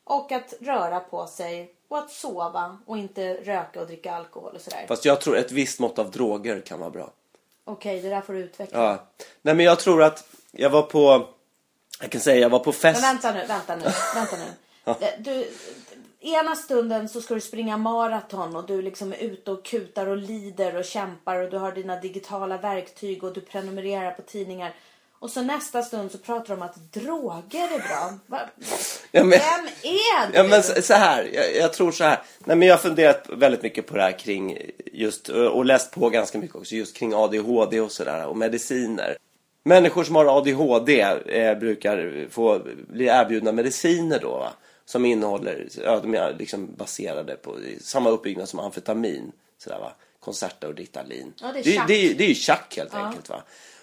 B: Och att röra på sig. Och att sova. Och inte röka och dricka alkohol och sådär.
A: Fast jag tror ett visst mått av droger kan vara bra.
B: Okej, det där får du utveckla.
A: Ja. Nej men jag tror att jag var på, jag kan säga jag var på fest.
B: Men vänta nu, vänta nu, vänta nu. Eh, Du, ena stunden så ska du springa maraton och du liksom är ute och kutar och lider och kämpar och du har dina digitala verktyg och du prenumererar på tidningar. Och så nästa stund så pratar de om att droger är bra. Va?
A: Ja, men-
B: Vem är du?
A: Ja, men så så här, jag, jag tror så här. Nej, men jag har funderat väldigt mycket på det här kring just eh, och läst på ganska mycket också just kring ADHD och sådär och mediciner. Människor som har ADHD eh, brukar få bli erbjudna mediciner då va? som innehåller, ja, de är liksom baserade på i samma uppbyggnad som amfetamin, sådär va? Concerta och Ritalin.
B: Ja, det är
A: det,
B: tjack.
A: det, är ju- det är ju tjack helt enkelt va.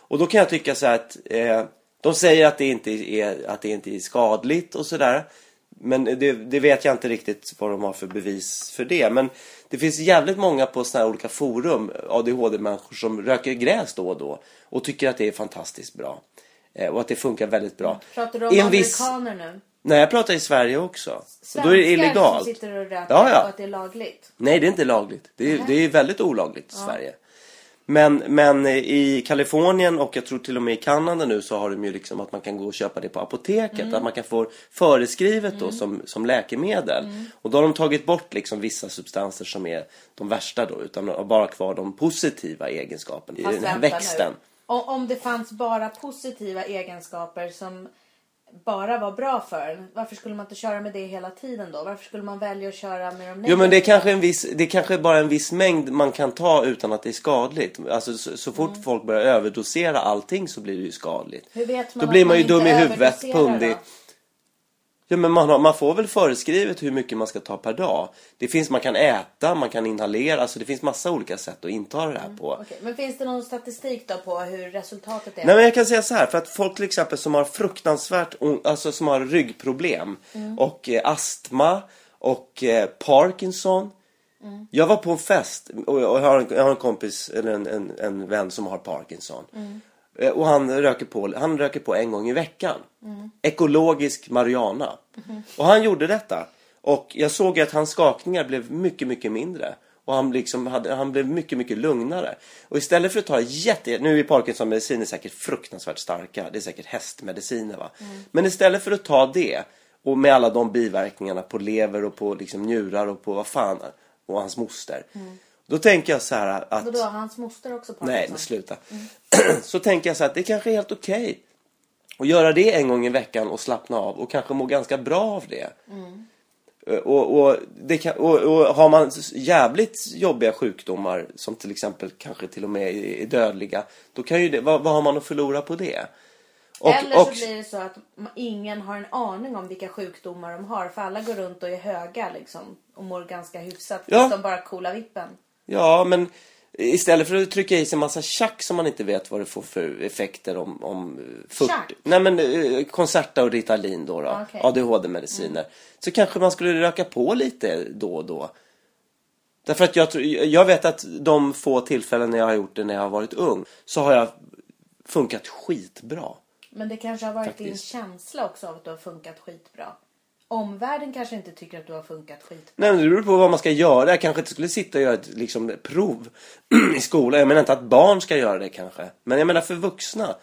A: Och då kan jag tycka så här att eh, de säger att det inte är, att det inte är skadligt och sådär. Men det, det vet jag inte riktigt vad de har för bevis för det. Men det finns jävligt många på sådana här olika forum, ADHD-människor som röker gräs då och då och tycker att det är fantastiskt bra. Eh, och att det funkar väldigt bra.
B: Pratar du om
A: I en viss-
B: amerikaner nu?
A: Nej, jag pratar i Sverige också. Och
B: Svenskar
A: då är det illegalt.
B: som sitter och röker
A: Ja, ja.
B: och att det är lagligt?
A: Nej, det är inte lagligt. Det är, det är väldigt olagligt i Sverige. Men, men eh, i Kalifornien och jag tror till och med i Kanada nu så har de ju liksom att man kan gå och köpa det på apoteket. Att man kan få föreskrivet då som, som läkemedel. Och då har de tagit bort liksom vissa substanser som är de värsta då. Utan har bara kvar de positiva egenskaperna i
B: Fast
A: den här
B: vänta
A: växten.
B: Nu. Och om det fanns bara positiva egenskaper som bara var bra för en, varför skulle man inte köra med det hela tiden då? Varför skulle man välja att köra med de
A: Jo men det är kanske en viss, det är kanske bara en viss mängd man kan ta utan att det är skadligt. Alltså så, så fort folk börjar överdosera allting så blir det ju skadligt.
B: Mm. Hur vet man
A: då
B: att
A: blir man, ju
B: inte
A: dum i huvudet,
B: överdoserar
A: pundig.
B: då?
A: Ja men man, har, man får väl föreskrivet hur mycket man ska ta per dag. Det finns, man kan äta, man kan inhalera, alltså det finns massa olika sätt att inta det här på.
B: Okej, men finns det någon statistik då på hur resultatet är?
A: Nej men jag kan säga så här, för att folk till exempel som har fruktansvärt on- alltså som har ryggproblem och eh, astma och eh, Parkinson. Jag var på en fest och jag har en, jag har en kompis, eller en, en, en vän som har Parkinson. Eh, Och han röker på, han röker på en gång i veckan. Ekologisk marijuana. Och han gjorde detta. Och jag såg att hans skakningar blev mycket, mycket mindre. Och han, liksom hade, han blev mycket, mycket lugnare. Och istället för att ta jätte... Nu är Parkinson-mediciner säkert fruktansvärt starka. Det är säkert hästmediciner va. Men istället för att ta det och med alla de biverkningarna på lever och på liksom njurar och på vad fan. Och hans moster. Då tänker jag så här att...
B: Vadå, har hans moster också Parkinson?
A: Nej, men sluta. Så tänker jag så här, att det kanske är helt okej. Att göra det en gång i veckan och slappna av och kanske må ganska bra av det.
B: Mm.
A: Och, och, det kan, och, och har man s- jävligt jobbiga sjukdomar som till exempel kanske till och med är är dödliga. Då kan ju det, vad, vad har man att förlora på det? Och,
B: Eller så
A: och-
B: blir det så att ma- ingen har en aning om vilka sjukdomar de har. För alla går runt och är höga liksom. Och mår ganska hyfsat.
A: Ja.
B: Tills de bara coolar vippen.
A: Ja, men istället för att trycka i sig en massa tjack som man inte vet vad det får för effekter om, om eh, 40...
B: Tjack?
A: Nej, men eh, Concerta och Ritalin då, då
B: Ah, okej.
A: ADHD-mediciner. Så kanske man skulle röka på lite då och då. Därför att jag, tror- jag vet att de få tillfällen när jag har gjort det när jag har varit ung så har jag funkat skitbra.
B: Men det kanske har varit din
A: Faktiskt.
B: känsla också av att du har funkat skitbra. Omvärlden kanske inte tycker att du har funkat skitbra.
A: Nej, men det beror på vad man ska göra. Jag kanske inte skulle sitta och göra ett liksom, prov i skolan. Jag menar inte att barn ska göra det kanske. Men jag menar för vuxna.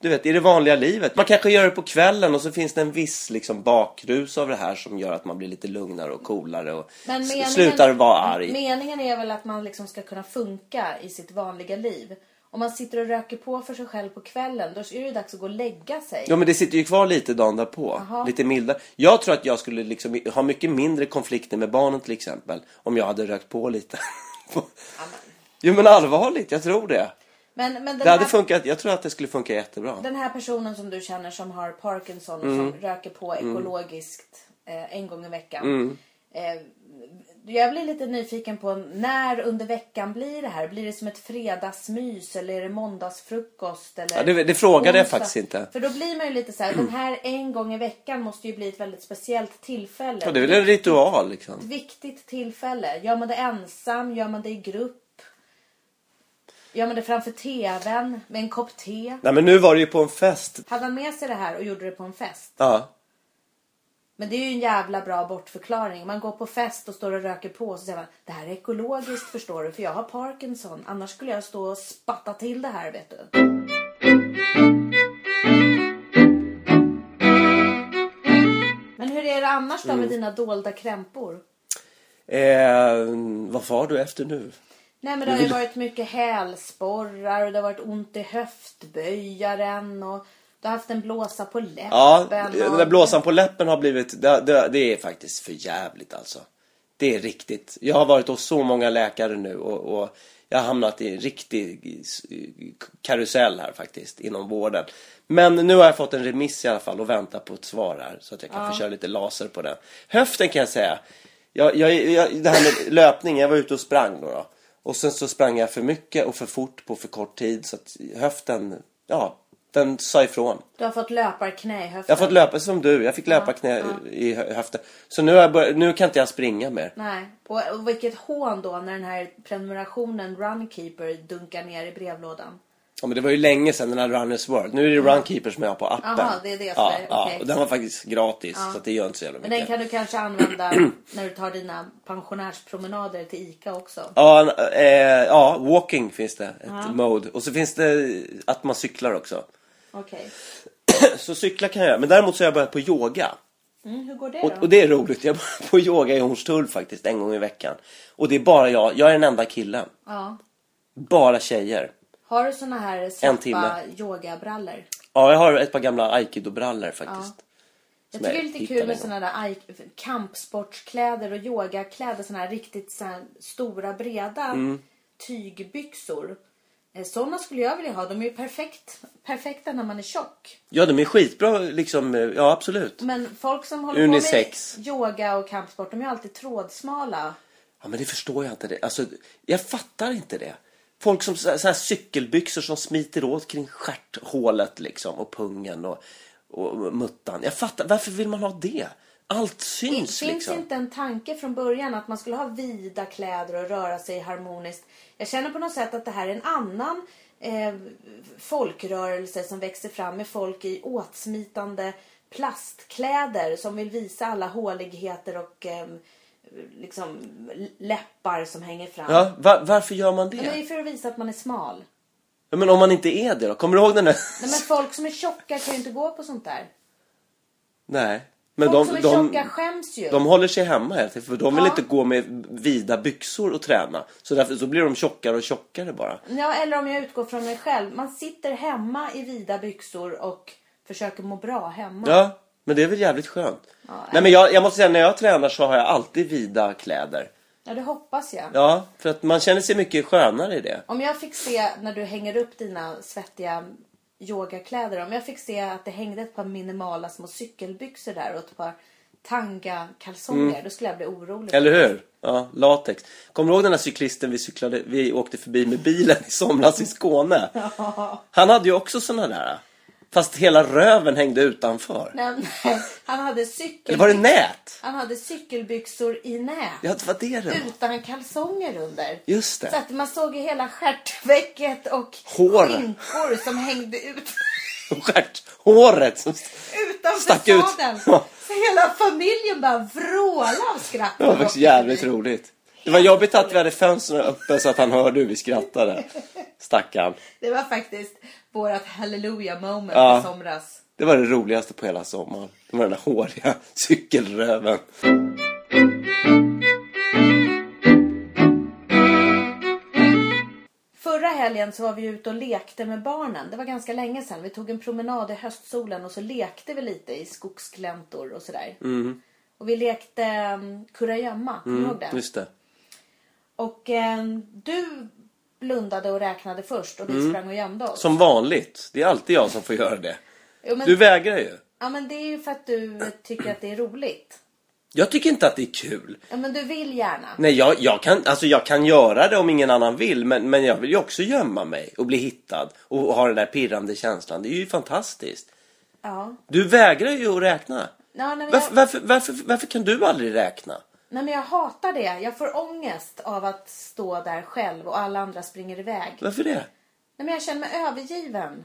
A: Du vet, i det vanliga livet. Man kanske gör det på kvällen och så finns det en viss liksom, bakrus av det här som gör att man blir lite lugnare och coolare och
B: Men
A: s-
B: meningen-
A: slutar vara arg.
B: Meningen är väl att man liksom ska kunna funka i sitt vanliga liv. Om man sitter och röker på för sig själv på kvällen, då är det ju dags att gå och lägga sig.
A: Ja men det sitter ju kvar lite dagen därpå.
B: Jaha.
A: Lite mildare. Jag tror att jag skulle liksom ha mycket mindre konflikter med barnen till exempel. Om jag hade rökt på lite. jo men allvarligt, jag tror det.
B: Men, men den
A: Det hade
B: här-
A: funkat, jag tror att det skulle funka jättebra.
B: Den här personen som du känner som har Parkinson och
A: Mm.
B: som röker på ekologiskt eh, en gång i veckan.
A: Mm.
B: Eh, jag blir lite nyfiken på när under veckan blir det här? Blir det som ett fredagsmys eller är det måndagsfrukost? Eller
A: Ja, det- det frågade jag
B: onsdag?
A: faktiskt inte. Mm.
B: För då blir man ju lite så här, den här en gång i veckan måste ju bli ett väldigt speciellt tillfälle.
A: Ja, det är väl en ritual liksom.
B: Ett viktigt tillfälle. Gör man det ensam? Gör man det i grupp? Gör man det framför tvn med en kopp te?
A: Nej men nu var det ju på en fest.
B: Hade han med sig det här och gjorde det på en fest?
A: Ja.
B: Men det är ju en jävla bra bortförklaring. Man går på fest och står och röker på och så säger man det här är ekologiskt förstår du för jag har Parkinson. Annars skulle jag stå och spatta till det här vet du. Men hur är det annars då
A: Mm.
B: med dina dolda krämpor?
A: Eh, vad far du efter nu?
B: Nej men det har
A: Mm.
B: ju varit mycket hälsporrar och det har varit ont i höftböjaren och du har haft en blåsa på läppen.
A: Ja, den
B: och-
A: där blåsan på läppen har blivit, det, det, det är faktiskt för jävligt alltså. Det är riktigt. Jag har varit hos så många läkare nu och, och jag har hamnat i en riktig s- karusell här faktiskt inom vården. Men nu har jag fått en remiss i alla fall och väntar på ett svar här så att jag kan få köra lite laser på den. Höften kan jag säga. Jag, jag, jag, det här med löpning, jag var ute och sprang då, då. Och sen så sprang jag för mycket och för fort på för kort tid så att höften, ja, den sa ifrån.
B: Du har fått löparknä i höften.
A: Jag har fått löpa som du. Jag fick löpa knä i hö- höften. Så nu, har jag börjat, nu kan inte jag springa mer.
B: Nej, och, och vilket hån då när den här prenumerationen Runkeeper dunkar ner i brevlådan.
A: Ja, men det var ju länge sedan den här Runners World. Nu är det Runkeeper som jag har på appen.
B: Aha, det är det som
A: ja,
B: är-
A: ja,
B: okej.
A: och den var faktiskt gratis. Så att det gör inte så jävla
B: Men
A: mycket.
B: den kan du kanske använda när du tar dina pensionärspromenader till ICA också.
A: Ja, en- eh, ja, walking finns det. Ett mode. Och så finns det att man cyklar också.
B: Okej.
A: Så cykla kan jag göra. Men däremot så har jag börjat på yoga.
B: Mm, hur går det då?
A: Och, och det är roligt. Jag börjar på yoga i Hornstull faktiskt en gång i veckan. Och det är bara jag. Jag är den enda killen.
B: ja.
A: Bara tjejer.
B: Har du såna här
A: En
B: slappa
A: timme.
B: yogabrallor?
A: Ja, jag har ett par gamla aikido-brallor faktiskt. Som
B: Jag tycker det är
A: jag
B: lite kul
A: hittade
B: med
A: någon.
B: såna där aj- kampsportskläder och yogakläder. Såna här riktigt så här stora breda
A: Mm.
B: tygbyxor. Eh, Såna skulle jag vilja ha. De är ju perfekt, perfekta när man är tjock.
A: Ja, de är skitbra liksom. eh, Ja, absolut.
B: Men folk som håller
A: Unisex.
B: på med yoga och kampsport, de är ju alltid trådsmala.
A: Ja, men det förstår jag inte. Det. Alltså, jag fattar inte det. Folk som så här, så här cykelbyxor som smiter åt kring stjärthålet liksom och pungen och, och muttan. Jag fattar. Varför vill man ha det? Allt
B: Det
A: syns
B: finns
A: liksom.
B: inte en tanke från början att man skulle ha vida kläder och röra sig harmoniskt. Jag känner på något sätt att det här är en annan eh, eh, folkrörelser som växer fram med folk i åtsmitande plastkläder som vill visa alla håligheter och eh, liksom läppar som hänger fram.
A: Ja, va- varför gör man det?
B: Men det är ju för att visa att man är smal.
A: Ja, men om man inte är det då? Kommer du ihåg den där?
B: Nej, men folk som är tjocka kan ju inte gå på sånt där.
A: Nej. Men de,
B: folk som är
A: de,
B: tjocka skäms ju.
A: de håller sig hemma helt enkelt, för de vill
B: Ja.
A: inte gå med vida byxor och träna. Så därför så blir de tjockare och tjockare bara.
B: Ja, eller om jag utgår från mig själv. Man sitter hemma i vida byxor och försöker må bra hemma.
A: Ja, men det är väl jävligt skönt.
B: Ja.
A: Nej men jag, jag måste säga, när jag tränar så har jag alltid vida kläder.
B: Ja, det hoppas jag.
A: Ja, för att man känner sig mycket skönare i det.
B: Om jag fick se när du hänger upp dina svettiga yogakläder. Om jag fick se att det hängde ett par minimala små cykelbyxor där och ett par tanga-kalsonger. Då skulle jag bli
A: Mm.
B: orolig.
A: Eller hur? Ja, latex. Kommer du ihåg den där cyklisten vi cyklade, vi åkte förbi med bilen i somras i Skåne? Han hade ju också såna där. Fast hela röven hängde utanför.
B: Nej, nej. Han hade cykelbyxor.
A: Eller var det nät?
B: Han hade cykelbyxor i nät.
A: Ja, det var det det var.
B: Utan kalsonger under.
A: Just
B: Så
A: det.
B: att man såg ju hela stjärtvecket och
A: Hår.
B: skinkor som hängde ut
A: Stjärt, håret som...
B: utanför
A: Stack ut.
B: sadeln.
A: Ja.
B: Så hela familjen bara vrålade av skratt.
A: Det var faktiskt jävligt roligt. Det var jobbigt att vi hade fönstren öppna så att han hörde hur vi skrattade. Stackarn.
B: Det var faktiskt vårat hallelujah moment
A: Ja.
B: i somras.
A: Det var det roligaste på hela sommaren. Det var den där håriga cykelröven.
B: Förra helgen så var vi ute och lekte med barnen. Det var ganska länge sedan. Vi tog en promenad i höstsolen och så lekte vi lite i skogsgläntor och sådär.
A: Mm.
B: Och vi lekte um, kurragömma. Kommer du ihåg det?
A: Just det.
B: Och eh, du blundade och räknade först och vi sprang och gömde oss.
A: Mm. Som vanligt. Det är alltid jag som får göra det.
B: Jo, men,
A: Du vägrar ju.
B: Ja men det är ju för att du tycker att det är roligt.
A: Jag tycker inte att det är kul.
B: Ja men du vill gärna.
A: Nej, jag, jag, kan, alltså jag kan göra det om ingen annan vill, men, men jag vill ju också gömma mig och bli hittad och ha den där pirrande känslan. Det är ju fantastiskt.
B: Ja.
A: Du vägrar ju att räkna.
B: Ja, nej, men
A: Varför,
B: jag,
A: varför, varför, varför kan du aldrig räkna?
B: nej men jag hatar det. Jag får ångest av att stå där själv och alla andra springer iväg.
A: Varför det?
B: Nej men jag känner mig övergiven.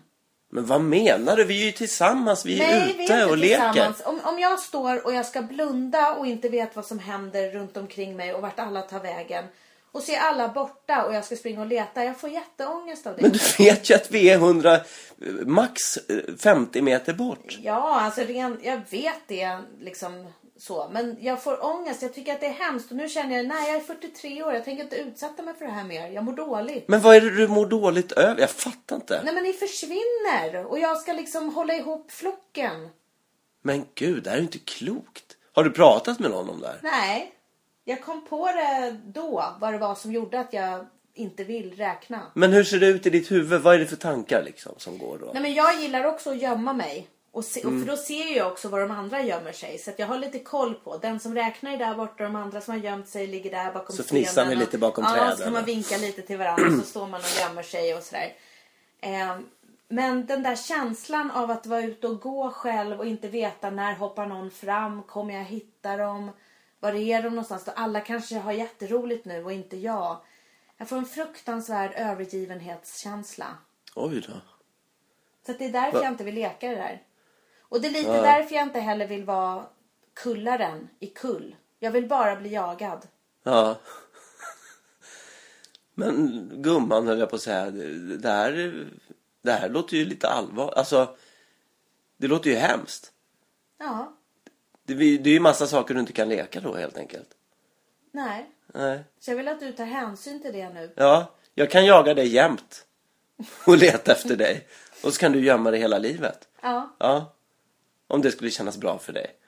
A: Men vad menar du? Vi är ju tillsammans, vi är
B: nej
A: ute och leker.
B: Om, om jag står och jag ska blunda och inte vet vad som händer runt omkring mig och vart alla tar vägen. Och så är alla borta och jag ska springa och leta. Jag får jätteångest av det.
A: Men du vet ju att vi är 100, eh, max eh, 50 meter bort.
B: Ja, alltså ren, jag vet det liksom så. Men jag får ångest. Jag tycker att det är hemskt. Och nu känner jag, nej jag är 43 år. Jag tänker inte utsätta mig för det här mer. Jag mår dåligt.
A: Men vad är det du mår dåligt över? Jag fattar inte.
B: Nej men ni försvinner. Och jag ska liksom hålla ihop flocken.
A: Men gud, det här är ju inte klokt. Har du pratat med någon om det här?
B: Nej. Jag kom på det då. Vad det var som gjorde att jag inte vill räkna.
A: Men hur ser det ut i ditt huvud? Vad är det för tankar liksom som går då? Mm.
B: Nej men jag gillar också att gömma mig. Och se, och För då ser jag också var de andra gömmer sig. Så att jag har lite koll på. Den som räknar är där borta och de andra som har gömt sig ligger där bakom
A: Så fnissar ni
B: stenen.
A: lite bakom
B: ja,
A: träden.
B: så kan man vinka lite till varandra och så står man och gömmer sig och sådär. Ehm, men den där känslan av att vara ute och gå själv och inte veta när hoppar någon fram, kommer jag hitta dem, var är de någonstans? Och alla kanske har jätteroligt nu och inte jag. Jag får en fruktansvärd övergivenhetskänsla.
A: Oj då.
B: Så att det är därför
A: Va-
B: jag inte vill leka det där. Och det är lite därför jag inte heller vill vara kullaren i kull. Jag vill bara bli jagad.
A: Ja. Men gumman höll jag på att säga. Det det här, det här låter ju lite allvar. Alltså, det låter ju hemskt.
B: Ja,
A: Det, blir- det är ju massa saker du inte kan leka då helt enkelt.
B: nej.
A: Nej.
B: Så jag vill att du tar hänsyn till det nu.
A: Ja, jag kan jaga dig jämt. Och leta efter dig. Och så kan du gömma dig hela livet.
B: Ja,
A: Ja. Om det skulle kännas bra för dig.